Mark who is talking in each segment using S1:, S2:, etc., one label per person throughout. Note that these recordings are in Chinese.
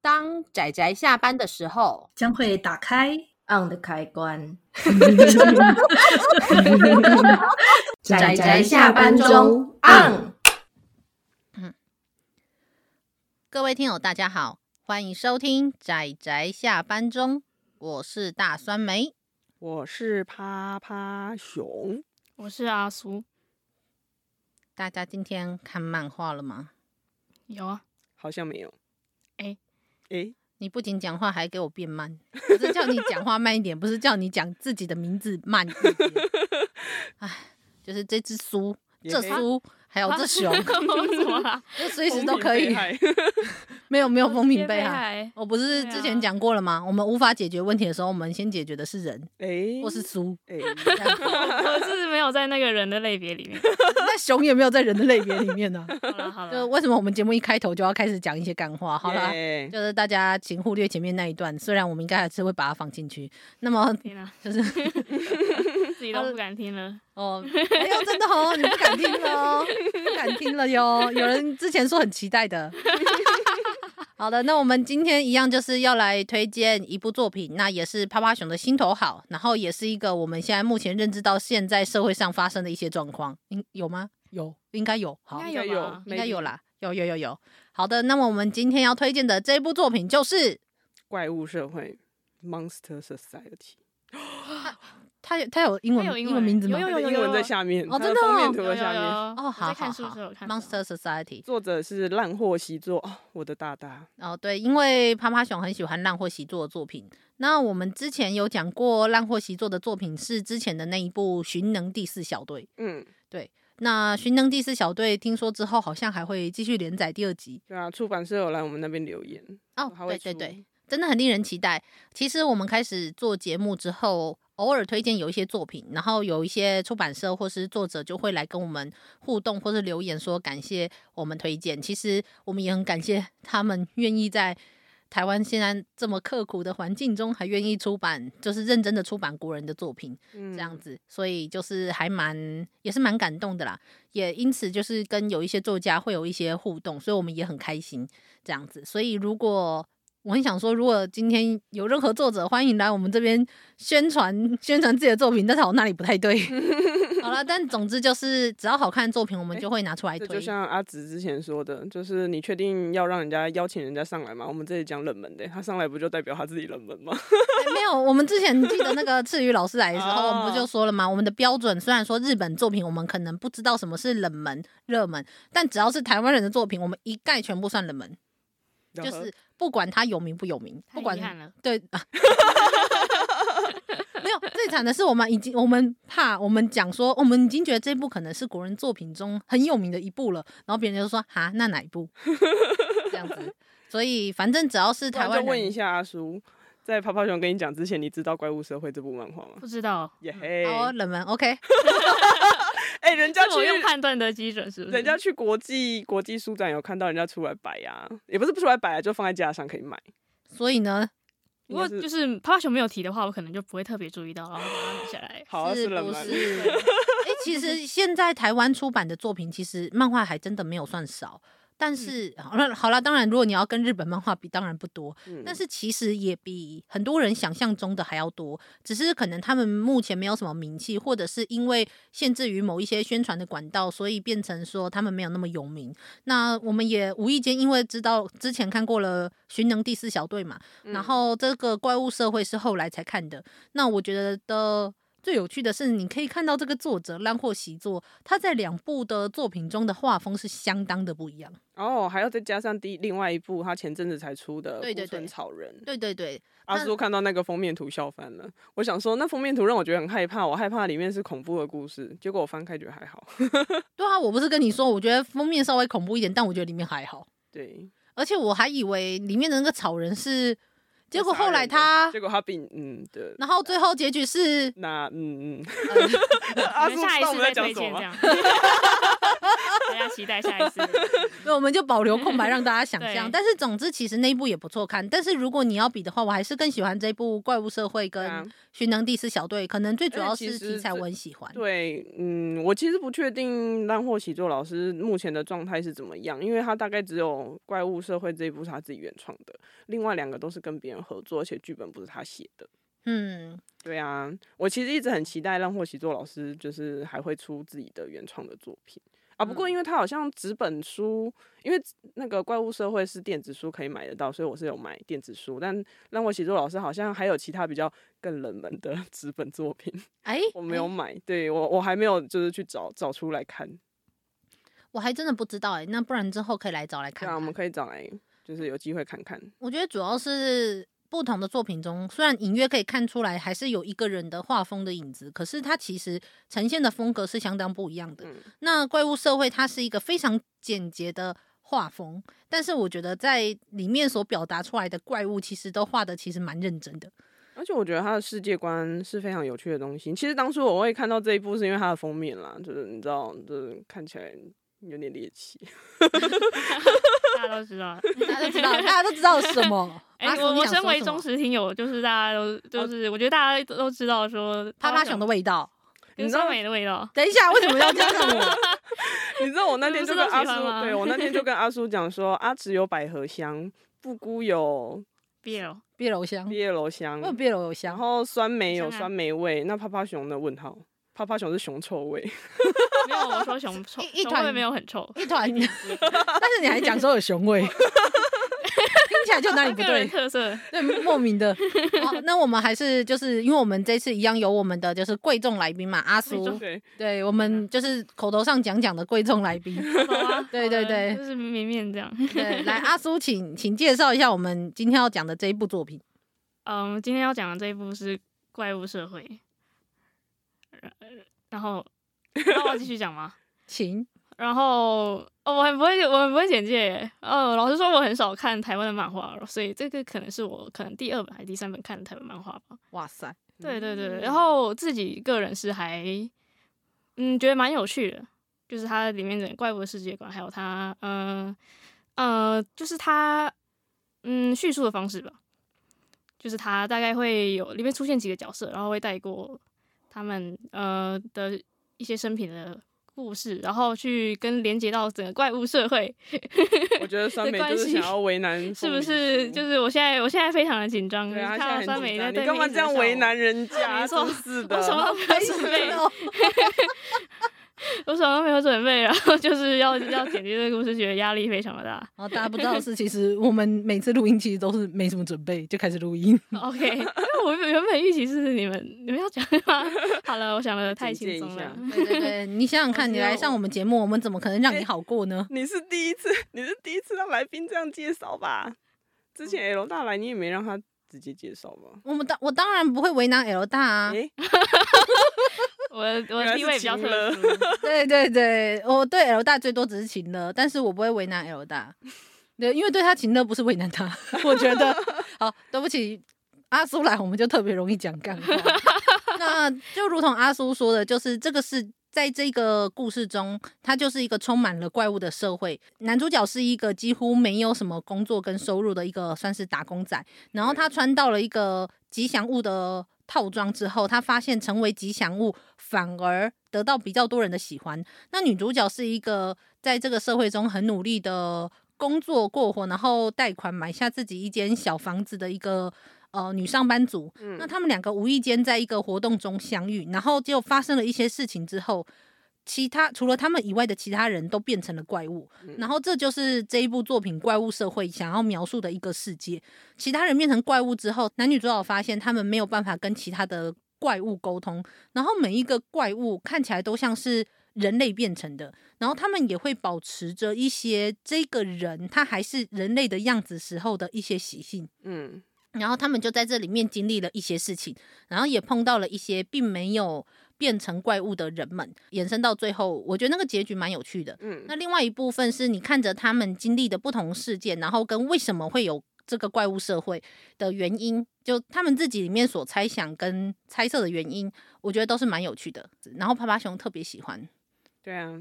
S1: 当仔仔下班的时候，
S2: 将会打开。
S3: on 的开关。
S1: 宅 宅
S3: 仔仔
S1: 下
S3: 下
S1: 班
S3: 班
S1: 中
S3: 中 on。
S1: 各位听友大家好，欢迎收听仔仔下班中，我是大酸梅。
S4: 我是趴趴熊，
S5: 我是阿苏，
S1: 大家今天看漫画了吗？
S5: 有啊，
S4: 好像没有。
S1: 哎
S5: 诶
S4: 诶
S1: 你不仅讲话还给我变慢，我是叫你讲话慢一点，不是叫你讲自己的名字慢一点。哎，就是这只苏，
S4: 也
S1: 这
S4: 可以
S1: 苏，还有哦这 熊，
S5: 我怎么 啊啦？
S1: 就随时
S4: 风
S1: 都
S4: 评
S1: 可
S4: 被
S1: 以，
S4: 害
S1: 没有没有风评
S5: 被
S1: 被害。
S5: 害，
S1: 我不是
S5: 对
S1: 之前
S5: 啊
S1: 讲过了吗？我们无法解决问题的时候，我们先解决的是人
S4: 诶
S1: 或是苏。
S4: 诶，
S1: 这样
S5: 我是没有在那个人的类别里 面。
S1: 那熊也没有在人的类别里面呢、
S5: 好了好
S1: 就
S5: 了，
S1: 为什么我们节目一开头就要开始讲一些干话？ 好啦，
S4: 耶
S1: 就是大家请忽略前面那一段，虽然我们应该还是会把它放进去。那么
S5: 天哪，
S1: 就是
S5: 自己都不敢听了。
S1: 哦，哎呦，真的哦，你不敢听了哦，不敢听了哟。有人之前说很期待的。好的，那我们今天一样就是要来推荐一部作品，那也是趴趴熊的心头好，然后也是一个我们现在目前认知到现在社会上发生的一些状况，应有吗？有，应该有。好，
S5: 应
S4: 应该
S5: 该有吧
S4: 有，
S1: 应该有。啦，有有有有。好的，那么我们今天要推荐的这部作品就是
S4: 怪物社会 （Monster Society），
S1: 它有，它有英文
S5: 它有英
S1: 英
S5: 文
S1: 名字吗？
S5: 有
S4: 它的英文在下面，
S1: 哦
S4: 它
S1: 真的
S4: 封面
S1: 哦
S4: 图
S5: 有有
S4: 在下面。
S5: 有，
S1: 哦，好
S5: 我在
S1: 好
S5: 看书
S1: 好
S5: 的时候有看到
S1: Monster Society。
S4: 作者是烂货习作，哦我的大大。
S1: 哦，对，因为趴趴熊很喜欢烂货习作的作品。那我们之前有讲过，烂货习作的作品是之前的那一部《寻能第四小队》。
S4: 嗯，
S1: 那《寻能第四小队》听说之后，好像还会继续连载第二集。
S4: 对啊，出版社有来我们那边留言，
S1: 哦
S4: 他，会
S1: 对对
S4: 出
S1: 对，，真的很令人期待。其实我们开始做节目之后，偶尔推荐有一些作品，然后有一些出版社或是作者就会来跟我们互动，或是留言说感谢我们推荐。其实我们也很感谢 他们愿意在台湾现在这么刻苦的环境中，还愿意出版，就是认真的出版国人的作品。
S4: 嗯
S1: 这样子，所以就是还蛮也是蛮感动的啦，也因此就是跟有一些作家会有一些互动，所以我们也很开心这样子。所以如果我很想说，如果今天有任何作者欢迎来我们这边宣传宣传自己的作品，但是我那里不太对。 好了，但总之就是只要好看的作品，我们就会拿出来
S4: 这
S1: 推。
S4: 就像阿紫之前说的，就是你确定要让人家邀请人家上来吗？我们这里讲冷门的，他上来不就代表他自己冷门吗？
S1: 哎没有，我们之前记得那个赤羽老师来的时候，
S4: 哦
S1: 我们不就说了吗？我们的标准虽然说日本作品我们可能不知道什么是冷门、热门，但只要是台湾人的作品，我们一概全部算冷门，就
S4: 然后
S1: 是不管他有名不有名，
S5: 太
S1: 不
S5: 遗
S1: 管
S5: 憾了，
S1: 对。啊没有，最惨的是我们已经，我们怕我们讲说，我们已经觉得这部可能是国人作品中很有名的一部了，然后别人就说哈，那哪一部？这样子，所以反正只要是
S4: 不
S1: 台
S4: 然
S1: 湾
S4: 就
S1: 人，
S4: 问一下阿叔，在泡泡熊跟你讲之前，你知道《怪物社会》这部漫画吗？
S5: 不知道，
S4: 耶嘿！
S1: 好哦，冷门，OK，
S4: 哎，人家
S5: 是
S4: 去
S5: 我用判断的基准是不
S1: 嗯
S5: 是？
S4: 人家去国际国际书展有看到人家出来摆啊，也不是不出来摆啊，就放在架上可以买。
S1: 所以呢，
S5: 如果
S4: 应该是
S5: 就是趴趴熊没有提的话，我可能就不会特别注意到，然后把它拿下 来。
S4: 好啊，
S1: 是
S4: 冷
S1: 不
S4: 门。
S1: 是？哎、其实现在台湾出版的作品，其实漫画还真的没有算少。但是好了，好了，当然，如果你要跟日本漫画比，当然不多。
S4: 嗯
S1: 但是其实也比很多人想象中的还要多，只是可能他们目前没有什么名气，或者是因为限制于某一些宣传的管道，所以变成说他们没有那么有名。那我们也无意间因为知道之前看过了《寻能第四小队》嘛，
S4: 嗯
S1: 然后这个怪物社会是后来才看的。那我觉得的。最有趣的是，你可以看到这个作者烂货习作，他在两部的作品中的画风是相当的不一样。
S4: 哦，还要再加上第另外一部他前阵子才出的《
S1: 对对
S4: 木村
S1: 对
S4: 草人》。
S1: 对对对，
S4: 阿
S1: 那
S4: 叔看到那个封面图笑翻了，我想说那封面图让我觉得很害怕，我害怕里面是恐怖的故事，结果我翻开觉得还好。
S1: 对啊，我不是跟你说，我觉得封面稍微恐怖一点，但我觉得里面还好。
S4: 对，
S1: 而且我还以为里面的那个草人是，结果
S4: 杀人
S1: 后来
S4: 的
S1: 他，
S4: 结果他比嗯对，
S1: 然后最后结局是，
S4: 那嗯嗯，
S1: 呃
S4: 阿
S5: 你
S4: 叔
S5: 们下
S4: 知道我
S5: 一次
S4: 们在
S5: 再
S4: 讲
S5: 推
S4: 什么
S5: 荐这
S4: 吗？
S5: 样。 大家期待下一次。
S1: 那我们就保留空 白让大家想象。
S5: 对
S1: 但是总之，其实那一部也不错看。但是如果你要比的话，我还是更喜欢这部《怪物社会》跟
S4: 对啊
S1: 《寻能第四小队》，可能最主要
S4: 而且哎其
S1: 是
S4: 实
S1: 题材
S4: 这
S1: 我很喜欢。
S4: 对，嗯，我其实不确定烂货喜作老师目前的状态是怎么样，因为他大概只有《怪物社会》这一部是他自己原创的，另外两个都是跟别人合作，而且剧本不是他写的。
S1: 嗯，
S4: 对啊，我其实一直很期待烂货喜作老师就是还会出自己的原创的作品啊。不过
S1: 嗯
S4: 因为他好像纸本书，因为那个《怪物社会》是电子书可以买得到，所以我是有买电子书。但烂货喜作老师好像还有其他比较更冷门的 纸本作品。
S1: 哎、
S4: 我没有
S1: 哎
S4: 买，对我我还没有就是去找找出来看，
S1: 我还真的不知道哎、那不然之后可以来找来
S4: 对
S1: 看
S4: 啊，我
S1: 看。
S4: 们可以找来，就是有机会看看。
S1: 我觉得主要是不同的作品中，虽然隐约可以看出来还是有一个人的画风的影子，可是它其实呈现的风格是相当不一样的。
S4: 嗯
S1: 那《怪物社会》它是一个非常简洁的画风，但是我觉得在里面所表达出来的怪物，其实都画的其实蛮认真的。
S4: 而且我觉得他的世界观是非常有趣的东西。其实当初我会看到这一部，是因为它的封面啦，就是你知道，就是看起来有点猎奇。
S5: 大家都知道了。
S1: 大家都知道， 大家都知道什 么？
S5: 哎、
S1: 马斯
S5: 我
S1: 你
S5: 我
S1: 想
S5: 身
S1: 说
S5: 为
S1: 啊什
S5: 忠
S1: 么哦
S5: 实听友，就是大家都就是，我觉得大家都知道说
S1: 啪啪熊的味道。
S5: 跟
S4: 你知道
S5: 酸梅的 味道。
S1: 等一下，为什么要这样看 我？
S4: 你知道我那天就跟阿
S5: 你不是都喜欢
S4: 叔，
S5: 吗
S4: 对我那天就跟阿叔讲说，阿直有百合香，布姑 有
S5: BL，
S1: 别楼香，
S5: 嗯
S4: 毕业楼香
S1: 我，有别楼
S4: 然
S1: 香。
S4: 后酸梅有
S5: 香啊
S4: 酸梅味，那趴趴熊的问号，趴趴熊是熊臭 味。
S5: 没有我说熊臭，
S1: 一一
S5: 熊
S1: 团
S5: 味没有很臭。
S1: 一团，
S5: 嗯
S1: 但是你还讲说有熊 味，听起来就哪里不
S5: 个
S1: 对，
S5: 人 特色，
S1: 对，莫名的。好，那我们还是就是因为我们这次一样有我们的就是贵重来宾嘛，阿
S5: 贵
S1: 苏
S5: 重，
S4: 对，
S1: 对我们就是口头上讲讲的贵重来宾，
S5: 好啊
S1: 对对
S5: 好的
S1: 对
S5: 就是绵绵这样。
S1: 对，来阿苏，请请介绍一下我们今天要讲的这一部作品。
S5: 嗯，今天要讲的这一部是《怪物社会》，然 后，那我要继续讲吗？
S1: 请，
S5: 然后，哦，我很不会，我很不会简介耶。哦，老实说，我很少看台湾的漫画，所以这个可能是我可能第二本还是第三本看的台湾漫画吧。
S1: 哇塞，
S5: 对对对，
S4: 嗯
S5: 然后我自己个人是还，嗯，觉得蛮有趣的，就是它里面的怪物的世界观，还有它，嗯呃就是它，嗯，叙述的方式吧，就是它大概会有里面出现几个角色，然后会带过他们呃的一些生平的故事，然后去跟连接到整个怪物社会，
S4: 我觉得酸梅
S5: 没关
S4: 就是
S5: 系
S4: 想要为难，
S5: 是不是？就是我现在我现在非常的紧张，
S4: 哦对啊，
S5: 看
S4: 他
S5: 到
S4: 现在
S5: 酸
S4: 很
S5: 梅
S4: 紧
S5: 在
S4: 张，
S5: 对
S4: 你干嘛
S5: 面一直
S4: 这样
S5: 笑
S4: 为
S5: 我
S4: 难啊人
S5: 没
S4: 家？
S5: 错
S4: 真是的，
S5: 我 什么都没有准备， 我什么都没有准备，然后就是要 要剪辑这个故事，觉得压力非常的大。
S1: 然后大家不知道的是，其实我们每次录音其实都是没什么准备就开始录音。
S4: 嗯
S5: OK，因为我原本预期是你们你们要讲吗？ 好了，我想的太
S4: 简介
S5: 轻
S4: 一
S5: 松
S4: 下
S5: 了。
S1: 对对对，你想想看，你来上我们节目，我们怎么可能让你好过呢？
S4: 你是第一次，你是第一次让来宾这样介绍吧？之
S1: 嗯
S4: 前 L 大来，你也没让他直接介绍吧？
S1: 我们当我当然不会为难 L 大啊，
S4: 诶，
S5: 我的我
S4: 原来
S5: 的地位
S4: 是
S5: 比较
S4: 情
S5: 特
S4: 了
S5: 殊，
S1: 对对对，我对 L 大最多只是情乐，但是我不会为难 L 大，对，因为对他情乐不是为难他， 我觉得好，对不起，阿苏来我们就特别容易讲干话， 那就如同阿苏说的，就是这个是。在这个故事中，它就是一个充满了怪物的社会。男主角是一个几乎没有什么工作跟收入的一个算是打工仔，然后他穿到了一个吉祥物的套装之后，他发现成为吉祥物反而得到比较多人的喜欢。那女主角是一个在这个社会中很努力的工作过活，然后贷款买下自己一间小房子的一个呃女上班族。
S4: 嗯
S1: 那他们两个无意间在一个活动中相遇，然后就发生了一些事情之后。其他除了他们以外的其他人都变成了怪物，然后这就是这一部作品《怪物社会》想要描述的一个世界。其他人变成怪物之后，男女主角发现他们没有办法跟其他的怪物沟通，然后每一个怪物看起来都像是人类变成的，然后他们也会保持着一些这个人他还是人类的样子时候的一些习性。
S4: 嗯，
S1: 然后他们就在这里面经历了一些事情，然后也碰到了一些并没有变成怪物的人们，延伸到最后，我觉得那个结局蛮有趣的。
S4: 嗯
S1: 那另外一部分是你看着他们经历的不同事件，然后跟为什么会有这个怪物社会的原因，就他们自己里面所猜想跟猜测的原因，我觉得都是蛮有趣的。然后啪啪熊特别喜欢，
S4: 对啊，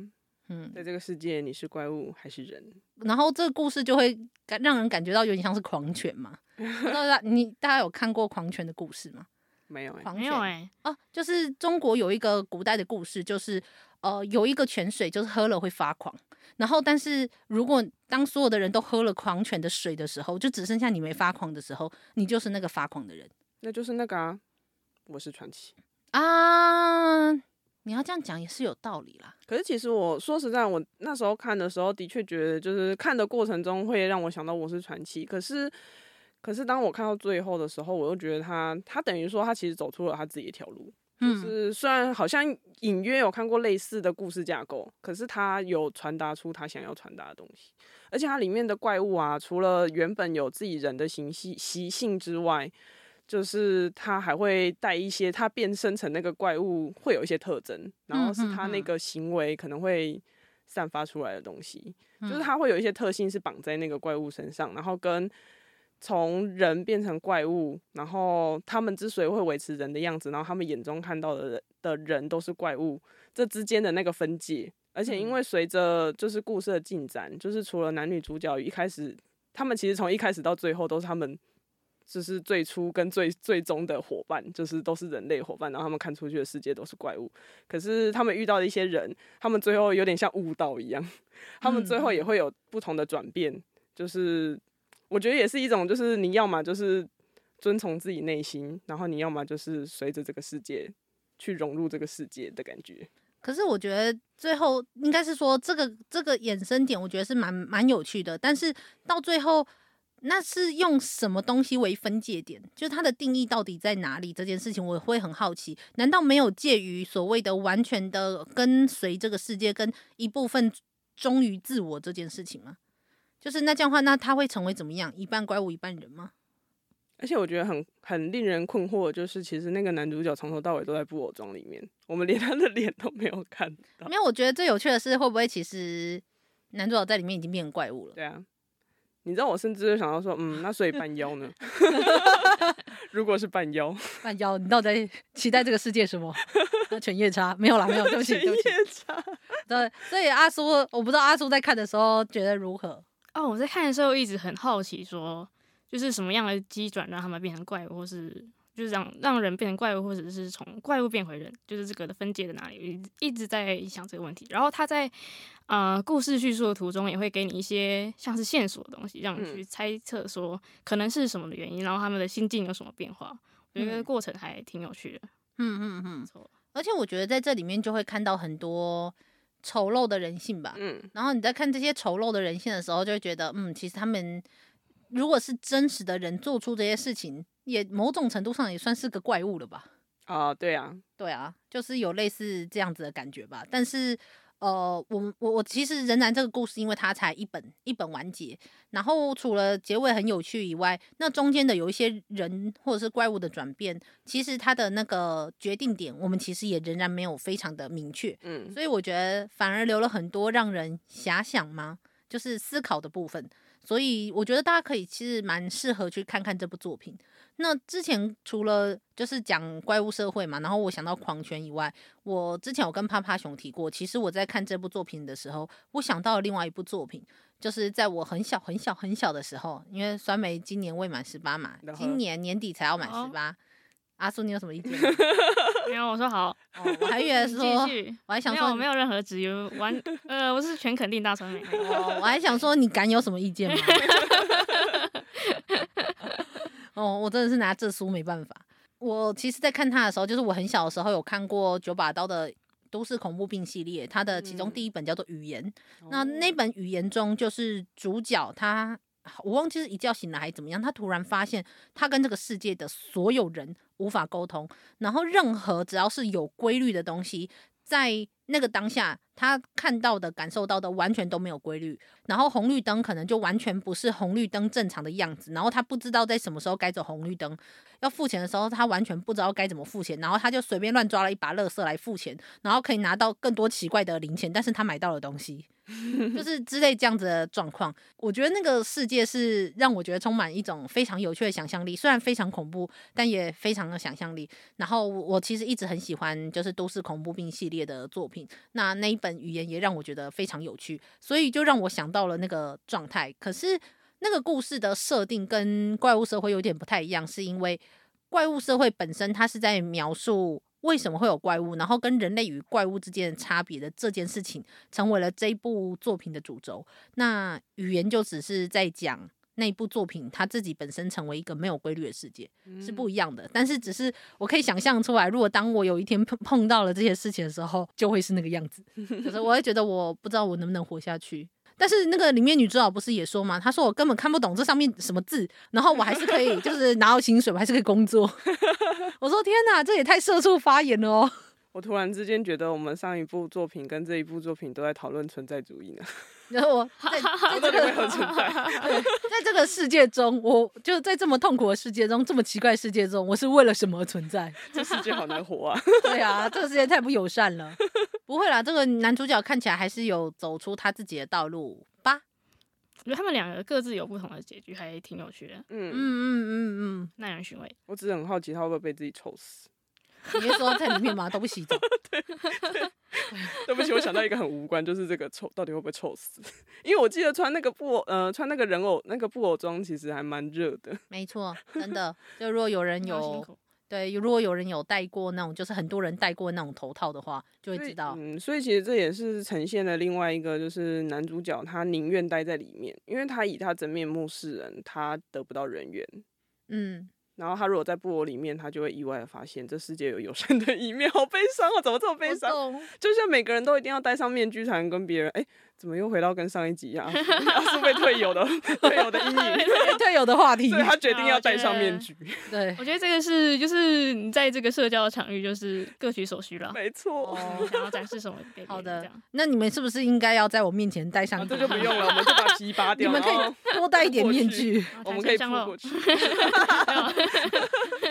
S1: 嗯，
S4: 在这个世界，你是怪物还是人？
S1: 然后这个故事就会感让人感觉到有点像是狂犬嘛。不知道大你大家有看过狂犬的故事吗？
S4: 没有哎、
S1: 狂
S5: 没
S1: 犬
S5: 有哎、
S1: 哦，就是中国有一个古代的故事，就是呃，有一个泉水，就是喝了会发狂。然后，但是如果当所有的人都喝了狂犬的水的时候，就只剩下你没发狂的时候，你就是那个发狂的人
S4: 那就是那个啊，我是传奇。
S1: 啊。你要这样讲也是有道理啦。
S4: 可是其实我说实在，我那时候看的时候，的确觉得就是看的过程中会让我想到《我是传奇》。可是，可是当我看到最后的时候，我又觉得他他等于说他其实走出了他自己一条路。就
S1: 嗯，
S4: 是虽然好像隐约有看过类似的故事架构，可是他有传达出他想要传达的东西。而且它里面的怪物啊，除了原本有自己人的形系习性之外，就是它还会带一些它变身成那个怪物会有一些特征，然后是它那个行为可能会散发出来的东西，
S1: 嗯
S4: 就是它会有一些特性是绑在那个怪物身上，然后跟。从人变成怪物，然后他们之所以会维持人的样子，然后他们眼中看到的人的人都是怪物，这之间的那个分界。而且因为随着就是故事的进展，就是除了男女主角一开始，他们其实从一开始到最后都是他们，就是最初跟最最终的伙伴，就是都是人类伙伴，然后他们看出去的世界都是怪物。可是他们遇到的一些人，他们最后有点像悟道一样，他们最后也会有不同的转变。就是我觉得也是一种，就是你要么就是遵从自己内心，然后你要么就是随着这个世界去融入这个世界的感觉。
S1: 可是我觉得最后应该是说这个这个衍生点，我觉得是蛮蛮有趣的。但是到最后，那是用什么东西为分界点？就是它的定义到底在哪里？这件事情我会很好奇。难道没有介于所谓的完全的跟随这个世界，跟一部分忠于自我这件事情吗？就是那这样的话，那他会成为怎么样？一半怪物，一半人吗？
S4: 而且我觉得很很令人困惑，就是其实那个男主角从头到尾都在布偶装里面，我们连他的脸都没有看到
S1: 没。有，我觉得最有趣的是，会不会其实男主角在里面已经变成怪物了？
S4: 对啊，你知道我甚至就想到说，嗯，那所以半妖 呢？ 如果是半妖，
S1: 那妖，你到底在期待这个世界 什么？那犬夜叉没有啦，没有， 对不起，对不起。
S4: 夜叉
S1: 对，所以阿叔，我不知道阿叔在看的时候觉得如何。
S5: 哦，我在看的时候一直很好奇说就是什么样的机转让他们变成怪物，或是就是让让人变成怪物，或者是从怪物变回人，就是这个的分界在哪里？我一直一直在想这个问题。然后他在呃故事叙述的途中，也会给你一些像是线索的东西，让你
S4: 嗯
S5: 去猜测说可能是什么的原因，然后他们的心境有什么变化。我觉得这个
S1: 嗯
S5: 过程还挺有趣的，
S1: 嗯嗯嗯
S5: 没。错。
S1: 而且我觉得在这里面就会看到很多丑陋的人性吧。
S4: 嗯，
S1: 然后你在看这些丑陋的人性的时候，就会觉得，嗯，其实他们如果是真实的人做出这些事情，也某种程度上也算是个怪物了吧。
S4: 啊、对啊，
S1: 对啊，就是有类似这样子的感觉吧。但是，呃，我们我我其实仍然这个故事，因为它才一本一本完结，然后除了结尾很有趣以外，那中间的有一些人或者是怪物的转变，其实它的那个决定点，我们其实也仍然没有非常的明确，
S4: 嗯，
S1: 所以我觉得反而留了很多让人遐想吗？就是思考的部分。所以我觉得大家可以其实蛮适合去看看这部作品。那之前除了就是讲怪物社会嘛，然后我想到狂犬以外，我之前有跟趴趴熊提过，其实我在看这部作品的时候，我想到了另外一部作品，就是在我很小很小很小的时候，因为酸梅今年未满十八嘛
S4: 然，后
S1: 今年年底才要满
S5: 哦
S1: 十八。阿苏，你有什么意见 吗？
S5: 然后我说好，
S1: 哦，我还以为
S5: 你
S1: 说
S5: 继，续。
S1: 我还想
S5: 没
S1: 说
S5: 有
S1: 你
S5: 没有任何质疑，完呃，我是全肯定大川美。
S1: 哦，我还想说，你敢有什么意见吗？ 哦，我真的是拿这书没办法。我其实，在看他的时候，就是我很小的时候有看过九把刀的《都市恐怖病》系列，它的其中
S4: 嗯
S1: 第一本叫做《语言》。
S4: 哦
S1: 那那本语言中，就是主角他，我忘记是一觉醒来还是怎么样，他突然发现他跟这个世界的所有人无法沟通，然后任何只要是有规律的东西，在那个当下他看到的、感受到的完全都没有规律，然后红绿灯可能就完全不是红绿灯正常的样子，然后他不知道在什么时候该走红绿灯，要付钱的时候他完全不知道该怎么付钱，然后他就随便乱抓了一把垃圾来付钱，然后可以拿到更多奇怪的零钱，但是他买到了东西。就是之类这样子的状况。我觉得那个世界是让我觉得充满一种非常有趣的想象力，虽然非常恐怖，但也非常的想象力。然后我我其实一直很喜欢就是都市恐怖病系列的作品，品。那那一本语言也让我觉得非常有趣，所以就让我想到了那个状态。可是那个故事的设定跟怪物社会有点不太一样，是因为怪物社会本身它是在描述。为什么会有怪物？然后跟人类与怪物之间的差别的这件事情，成为了这部作品的主轴。那语言就只是在讲那部作品它自己本身成为一个没有规律的世界。
S4: 嗯
S1: 是不一样的。但是只是我可以想象出来，如果当我有一天碰碰到了这些事情的时候，就会是那个样子。可是我会觉得我不知道我能不能活下去。但是那个里面女主角不是也说嘛，她说我根本看不懂这上面什么字，然后我还是可以就是拿到薪水，我还是可以工作。 我说天哪，这也太社畜发言了哦。
S4: 我突然之间觉得，我们上一部作品跟这一部作品都在讨论存在主义呢。
S1: 然后我在在这
S4: 到底为何
S1: 个
S4: 存在？
S1: 对在这个世界中，我就在这么痛苦的世界中，这么奇怪的世界中，我是为了什么而存在？
S4: 这世界好难活啊！
S1: 对啊，这个世界太不友善了。不会啦，这个男主角看起来还是有走出他自己的道路吧。
S5: 我觉得他们两个各自有不同的结局，还挺有趣的，
S1: 嗯
S4: 嗯，
S1: 嗯嗯
S5: 耐人寻味。
S4: 我只是很好奇他会不会被自己臭死。
S1: 嗯，你是说在里面吗？都不洗澡，
S4: 对不起，我想到一个很无关，就是这个臭到底会不会臭死？ 因为我记得穿那个布偶，呃，穿那个人偶那个布偶装，其实还蛮热的。
S1: 没错，真的。就如果有人
S5: 比较辛
S1: 有
S5: 苦
S1: 对，如果有人有戴过那种，就是很多人戴过那种头套的话，就会
S4: 所以
S1: 知道。
S4: 嗯，所以其实这也是呈现了另外一个，就是男主角他宁愿待在里面，因为他以他真面目示人，他得不到人缘。
S1: 嗯，
S4: 然后他如果在布偶里面，他就会意外的发现这世界有友善的一面，好悲伤哦！怎么这么悲
S1: 我
S4: 伤？
S1: 懂。
S4: 就像每个人都一定要戴上面具才能跟别人，哎，怎么又回到跟上一集一样？ 阿苏被退友的退友的 阴影，
S1: 队友的话题
S4: 所，以他决定
S5: 啊
S4: 要
S5: 我觉
S4: 戴上面
S5: 得
S4: 具。
S1: 哦 对
S5: 我。觉得这个是就是你在这个社交的场域，就是各取所需啦。
S4: 没错，
S5: 你想要展示什么给别人？
S1: 好
S5: 这
S1: 的
S5: 样，
S1: 那你们是不是应该要在我面前戴上
S4: 啊
S1: 一
S4: 这
S1: 个？
S4: 就不用了，我们就把皮 扒
S1: 你
S4: 掉，哦
S1: 们
S4: 然
S1: 可
S4: 后
S1: 以多戴一点面具。
S5: 然
S4: 我
S5: 后
S4: 们
S5: 弹
S4: 可以
S5: 性
S4: 扑
S5: 向
S4: 过
S5: 肉
S4: 去。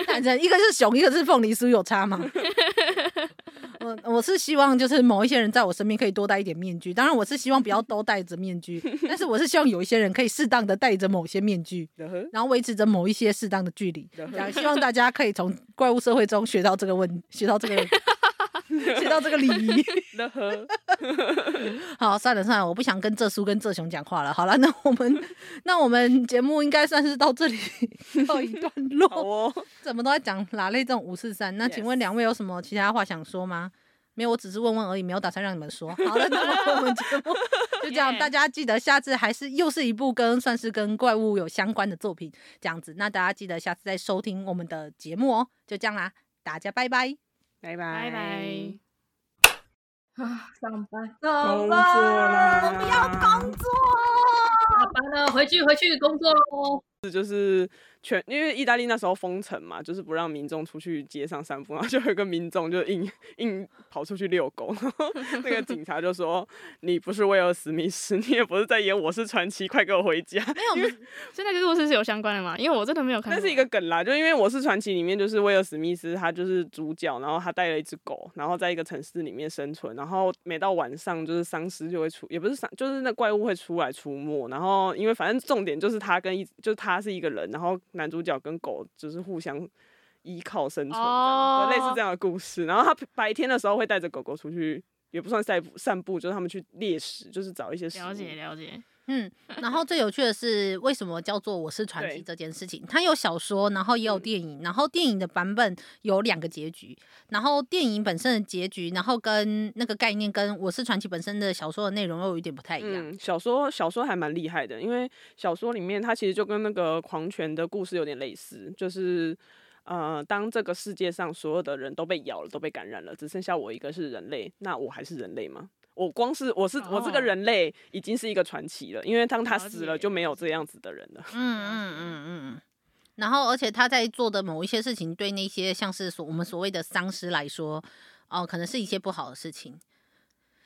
S1: 反正一个是熊，一个是凤梨酥，有差吗？ 我我是希望就是某一些人在我身边可以多戴一点面具，当然我是希望不要都戴着面 具，但是我是希望有一些人可以适当的戴着某些面具，
S4: 然后
S1: 然后维持着某一些适当的距离。
S4: 然后
S1: 这样希望大家可以从怪物社会中学到这个问，学到这 个，学到这个礼仪。
S4: 然后
S1: 好，算了算了，我不想跟这叔跟这熊讲话了。好了，那我 们那我们节目应该算是到这 里告一段 落。
S4: 好哦，
S1: 怎么都在讲拉类这种五四三？那
S4: Yes
S1: 请问两位有什么其他话想说吗没有，我只是问问而已，没有打算让你们说。好了，那我们节 目就这样
S5: Yeah
S1: 大家记得下次还是又是一部跟算是跟怪物有相关的作品这样子。那大家记得下次再收听我们的节目哦。就这样啦，大家拜拜。
S4: 拜
S5: 拜拜。
S3: 啊，上班，
S4: 工作啦，不要工作。
S3: 下班了，回去回去工作喽。
S4: 全因为意大利那时候封城嘛，就是不让民众出去街上散步，然后就有一个民众就硬硬跑出去遛狗，然 后那个警察就说：“你不是威尔史密斯，你也不是在演我是传奇，快给我回家。”
S1: 没有，不是
S5: 所以那个故事是有相关的嘛？因为我真的没有看过。
S4: 那是一个梗啦，就因为《我是传奇》里面就是威尔史密斯，他就是主角，然后他带了一只狗，然后在一个城市里面生存，然后每到晚上就是丧尸就会出，也不是丧，就是那怪物会出来出没，然后因为反正重点就是他跟一，就是他是一个人，然后男主角跟狗就是互相。依靠生存这
S5: 哦
S4: 样，对类似这样的故事。然后他白天的时候会带着狗狗出去，也不算散步，散步就是他们去猎食，就是找一些食物。
S5: 哦了解了解，
S1: 嗯，然后最有趣的是，为什么叫做我 是传奇
S4: 对嗯
S1: 这件事情？它有小说，然后也有电影，然后电影的版本有两个结局，然后电影本身的结局，然后跟那个概念跟我是传奇本身的小说的内容又有一点不太一样。
S4: 嗯，小说小说还蛮厉害的，因为小说里面它其实就跟那个狂犬的故事有点类似，就是呃，当这个世界上所有的人都被咬了，都被感染了，只剩下我一个是人类，那我还是人类吗？我光是我是、我这个
S5: 哦
S4: 人类已经是一个传奇了，因为当他
S5: 了
S4: 死了
S5: 解
S4: 就没有这样子的人了。
S1: 嗯嗯嗯嗯嗯。然后，而且他在做的某一些事情，对那些像是所我们所谓的丧尸来说，哦、可能是一些不好的事情。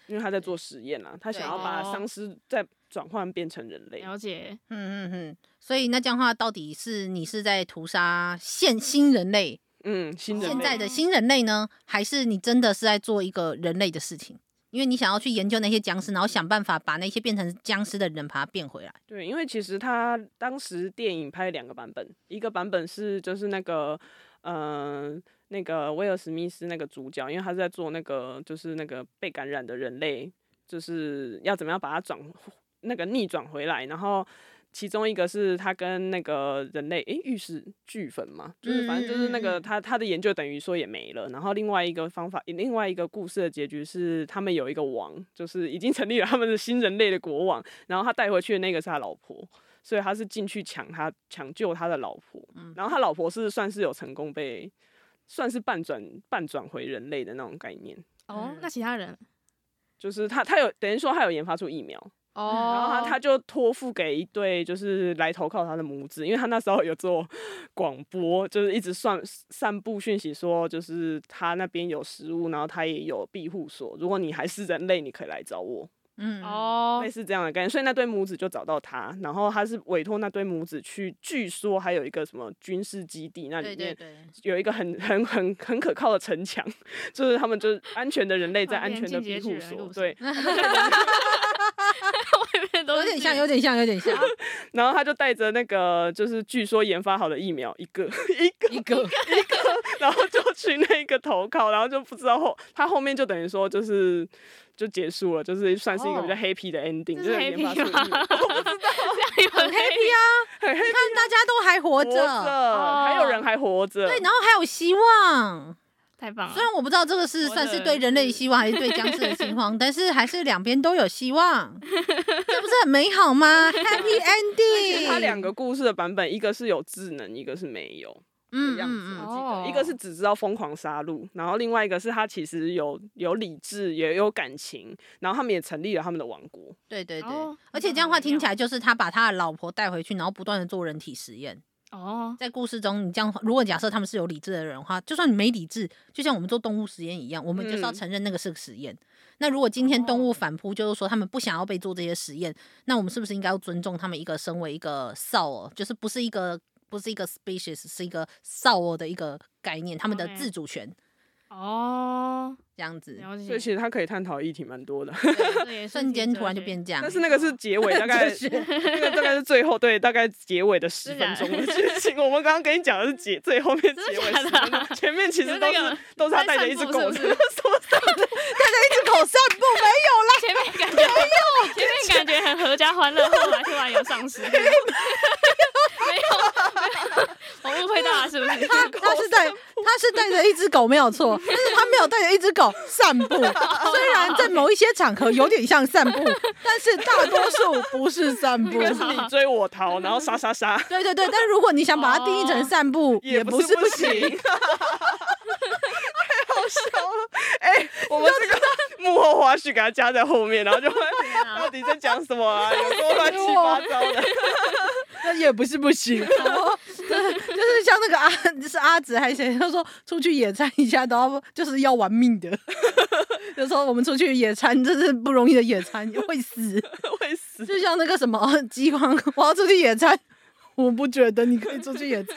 S4: 因为他在做实验啊，他想要
S5: 对
S4: 把
S5: 哦
S4: 丧尸再转换变成人类。
S5: 了解，
S1: 嗯嗯嗯。所以那这样的话，到底是你是在屠杀现新人类，
S4: 嗯，新人
S1: 现
S4: 类
S1: 在的新人类呢，还是你真的是在做一个人类的事情？因为你想要去研究那些僵尸，然后想办法把那些变成僵尸的人把它变回来。
S4: 对，因为其实他当时电影拍了两个版本，一个版本是就是那个，嗯、那个威尔史密斯那个主角，因为他是在做那个就是那个被感染的人类，就是要怎么样把它转那个逆转回来，然后。其中一个是他跟那个人类，诶、玉石俱焚嘛，就是反正就是那
S1: 嗯嗯
S4: 个
S1: 嗯
S4: 他他的研究等于说也没了。然后另外一个方法，另外一个故事的结局是他们有一个王，就是已经成立了他们的新人类的国王，然后他带回去的那个是他老婆，所以他是进去抢他抢救他的老婆，然后他老婆是算是有成功被。算是半转半转回人类的那种概念，
S5: 哦
S1: 嗯，
S5: 那其他人
S4: 就是他他有等于说他有研发出疫苗，
S1: 哦
S4: 然后他他就托付给一对就是来投靠他的母子，因为他那时候有做 广播，就是一直散散布讯息说，就是他那边有食物，然后他也有庇护所，如果你还是人类，你可以来找我，
S1: 嗯，
S5: 哦
S4: 类，似这样的概念。所以那对母子就找到他，然后他是委托那对母子去，据说还有一个什么军事基地，那
S1: 对
S4: 里
S1: 对
S4: 面
S1: 对，
S4: 有一个很 很很很可靠的城墙，就是他们就是安全的人类在
S5: 旁
S4: 安
S5: 边
S4: 全的
S5: 进
S4: 庇
S5: 阶巨
S4: 护
S5: 人
S4: 所
S5: 路，线
S4: 对，
S5: 外面都
S1: 有
S5: 是
S1: 点像，有点像，有点像
S4: 然后他就带着那个，就是据说研发好的疫苗一个一个，
S1: 一个，
S4: 然后就去那个投靠，然后就不知道后他后面就等于说就是就结束了，就是算是一个比较
S1: 哦
S4: happy 的 ending，、就
S5: 这
S4: 是是研
S5: happy
S4: 发
S5: 吗？
S4: 出疫苗
S5: 这样有
S1: 很 happy 啊！
S4: 很 happy，
S1: 你看大家都还活
S4: 活
S1: 着，
S4: 着，还有
S5: 哦
S4: 人还活着，
S1: 对，然后还有希望。
S5: 太棒了
S1: 虽！然我不知道这个是
S5: 活
S1: 算是
S5: 着
S1: 对人类的希望，还是对僵尸的希望，但是还是两边都有希望，这不是很美好吗？Happy
S4: 其实
S1: ending。
S4: 他两个故事的版本，一个是有智能，一个是没有。
S1: 嗯
S4: 的样子，
S1: 嗯
S4: 啊我
S1: 嗯
S4: 记得、
S5: 哦
S4: 一个是只知道疯狂杀戮，然后另外一个是他其实有有理智，也有感情，然后他们也成立了他们的王国。
S1: 对对对。
S5: 哦
S1: 而且这样的话听起来就是他把他的老婆带回去，然后不断的做人体实验。
S5: 哦，
S1: 在故事中，你这样如果假设他们是有理智的人的话，就算你没理智，就像我们做动物实验一样，我们就是要
S4: 嗯
S1: 承认那个是个实验。那如果今天动物反扑，就是说他们不想要被做这些实验，那我们是不是应该要尊重他们一个身为一个 soul，就是不是一个不是一个 species，是一个 soul 的一个概念，他们的
S5: OK
S1: 自主权
S5: 哦，
S1: 这样子。
S5: 了解。
S4: 所以其实他可以探讨议题蛮多的，
S5: 这 也是
S1: 瞬间
S5: 挺哲
S1: 突然就
S5: 学
S1: 变这样
S4: 但，是那个是结尾，大 概那个大概是最后对，大概结尾的十
S5: 真
S4: 分
S5: 的啊
S4: 钟 的剧情。我们刚刚跟你讲的是结最后面结
S5: 真的
S4: 尾
S5: 假
S4: 十
S5: 的啊
S4: 分钟，前面其
S5: 就
S4: 实
S5: 是
S4: 都
S5: 那
S4: 是
S5: 个
S4: 都是他
S5: 在
S4: 带着
S5: 散
S4: 一只
S5: 步
S4: 狗
S5: 是
S4: 在
S5: 不
S4: 什
S5: 是
S4: 么散步
S1: 一只狗散步没
S5: 前面感觉前面感觉很合家欢乐，后来突然有丧尸，没有没有，我误会大家是 不是？
S1: 有，它是带它是带着一只狗没有 错，但是它没有带着一只狗散 步。虽然在某一些场合有点像 散步，但是大多数不是散步。
S4: 应该是你追我逃，然后杀杀杀，
S1: 对对对，但如果你想把它定义成散步，哦也
S4: 不
S1: 是
S4: 不
S1: 行。
S4: 行。哎太好笑了！哎、我们这个幕后花絮给他加在后面，然后就会
S5: 啊
S4: 到底在讲什么啊？有多乱七八糟 的。
S1: 那也不是不行。 然后对，就是像那个阿，是阿紫还是谁，他说出去野餐一下，然后就是要玩命的。 有时候我们出去野餐，真是不容易的野餐，会死。
S4: 会死。
S1: 就像那个什么饥荒，我要出去野餐，我不觉得你可以出去野餐，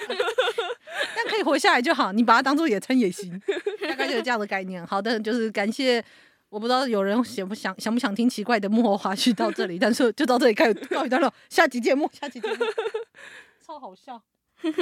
S1: 但可以活下来就好，你把它当做野餐也行，大概就是这样的概念。好的，就是感谢。我不知道有人想不想想不想听奇怪的幕后花絮到这里，但是就到这里告告一段落，下集节目，下集节目，超好笑。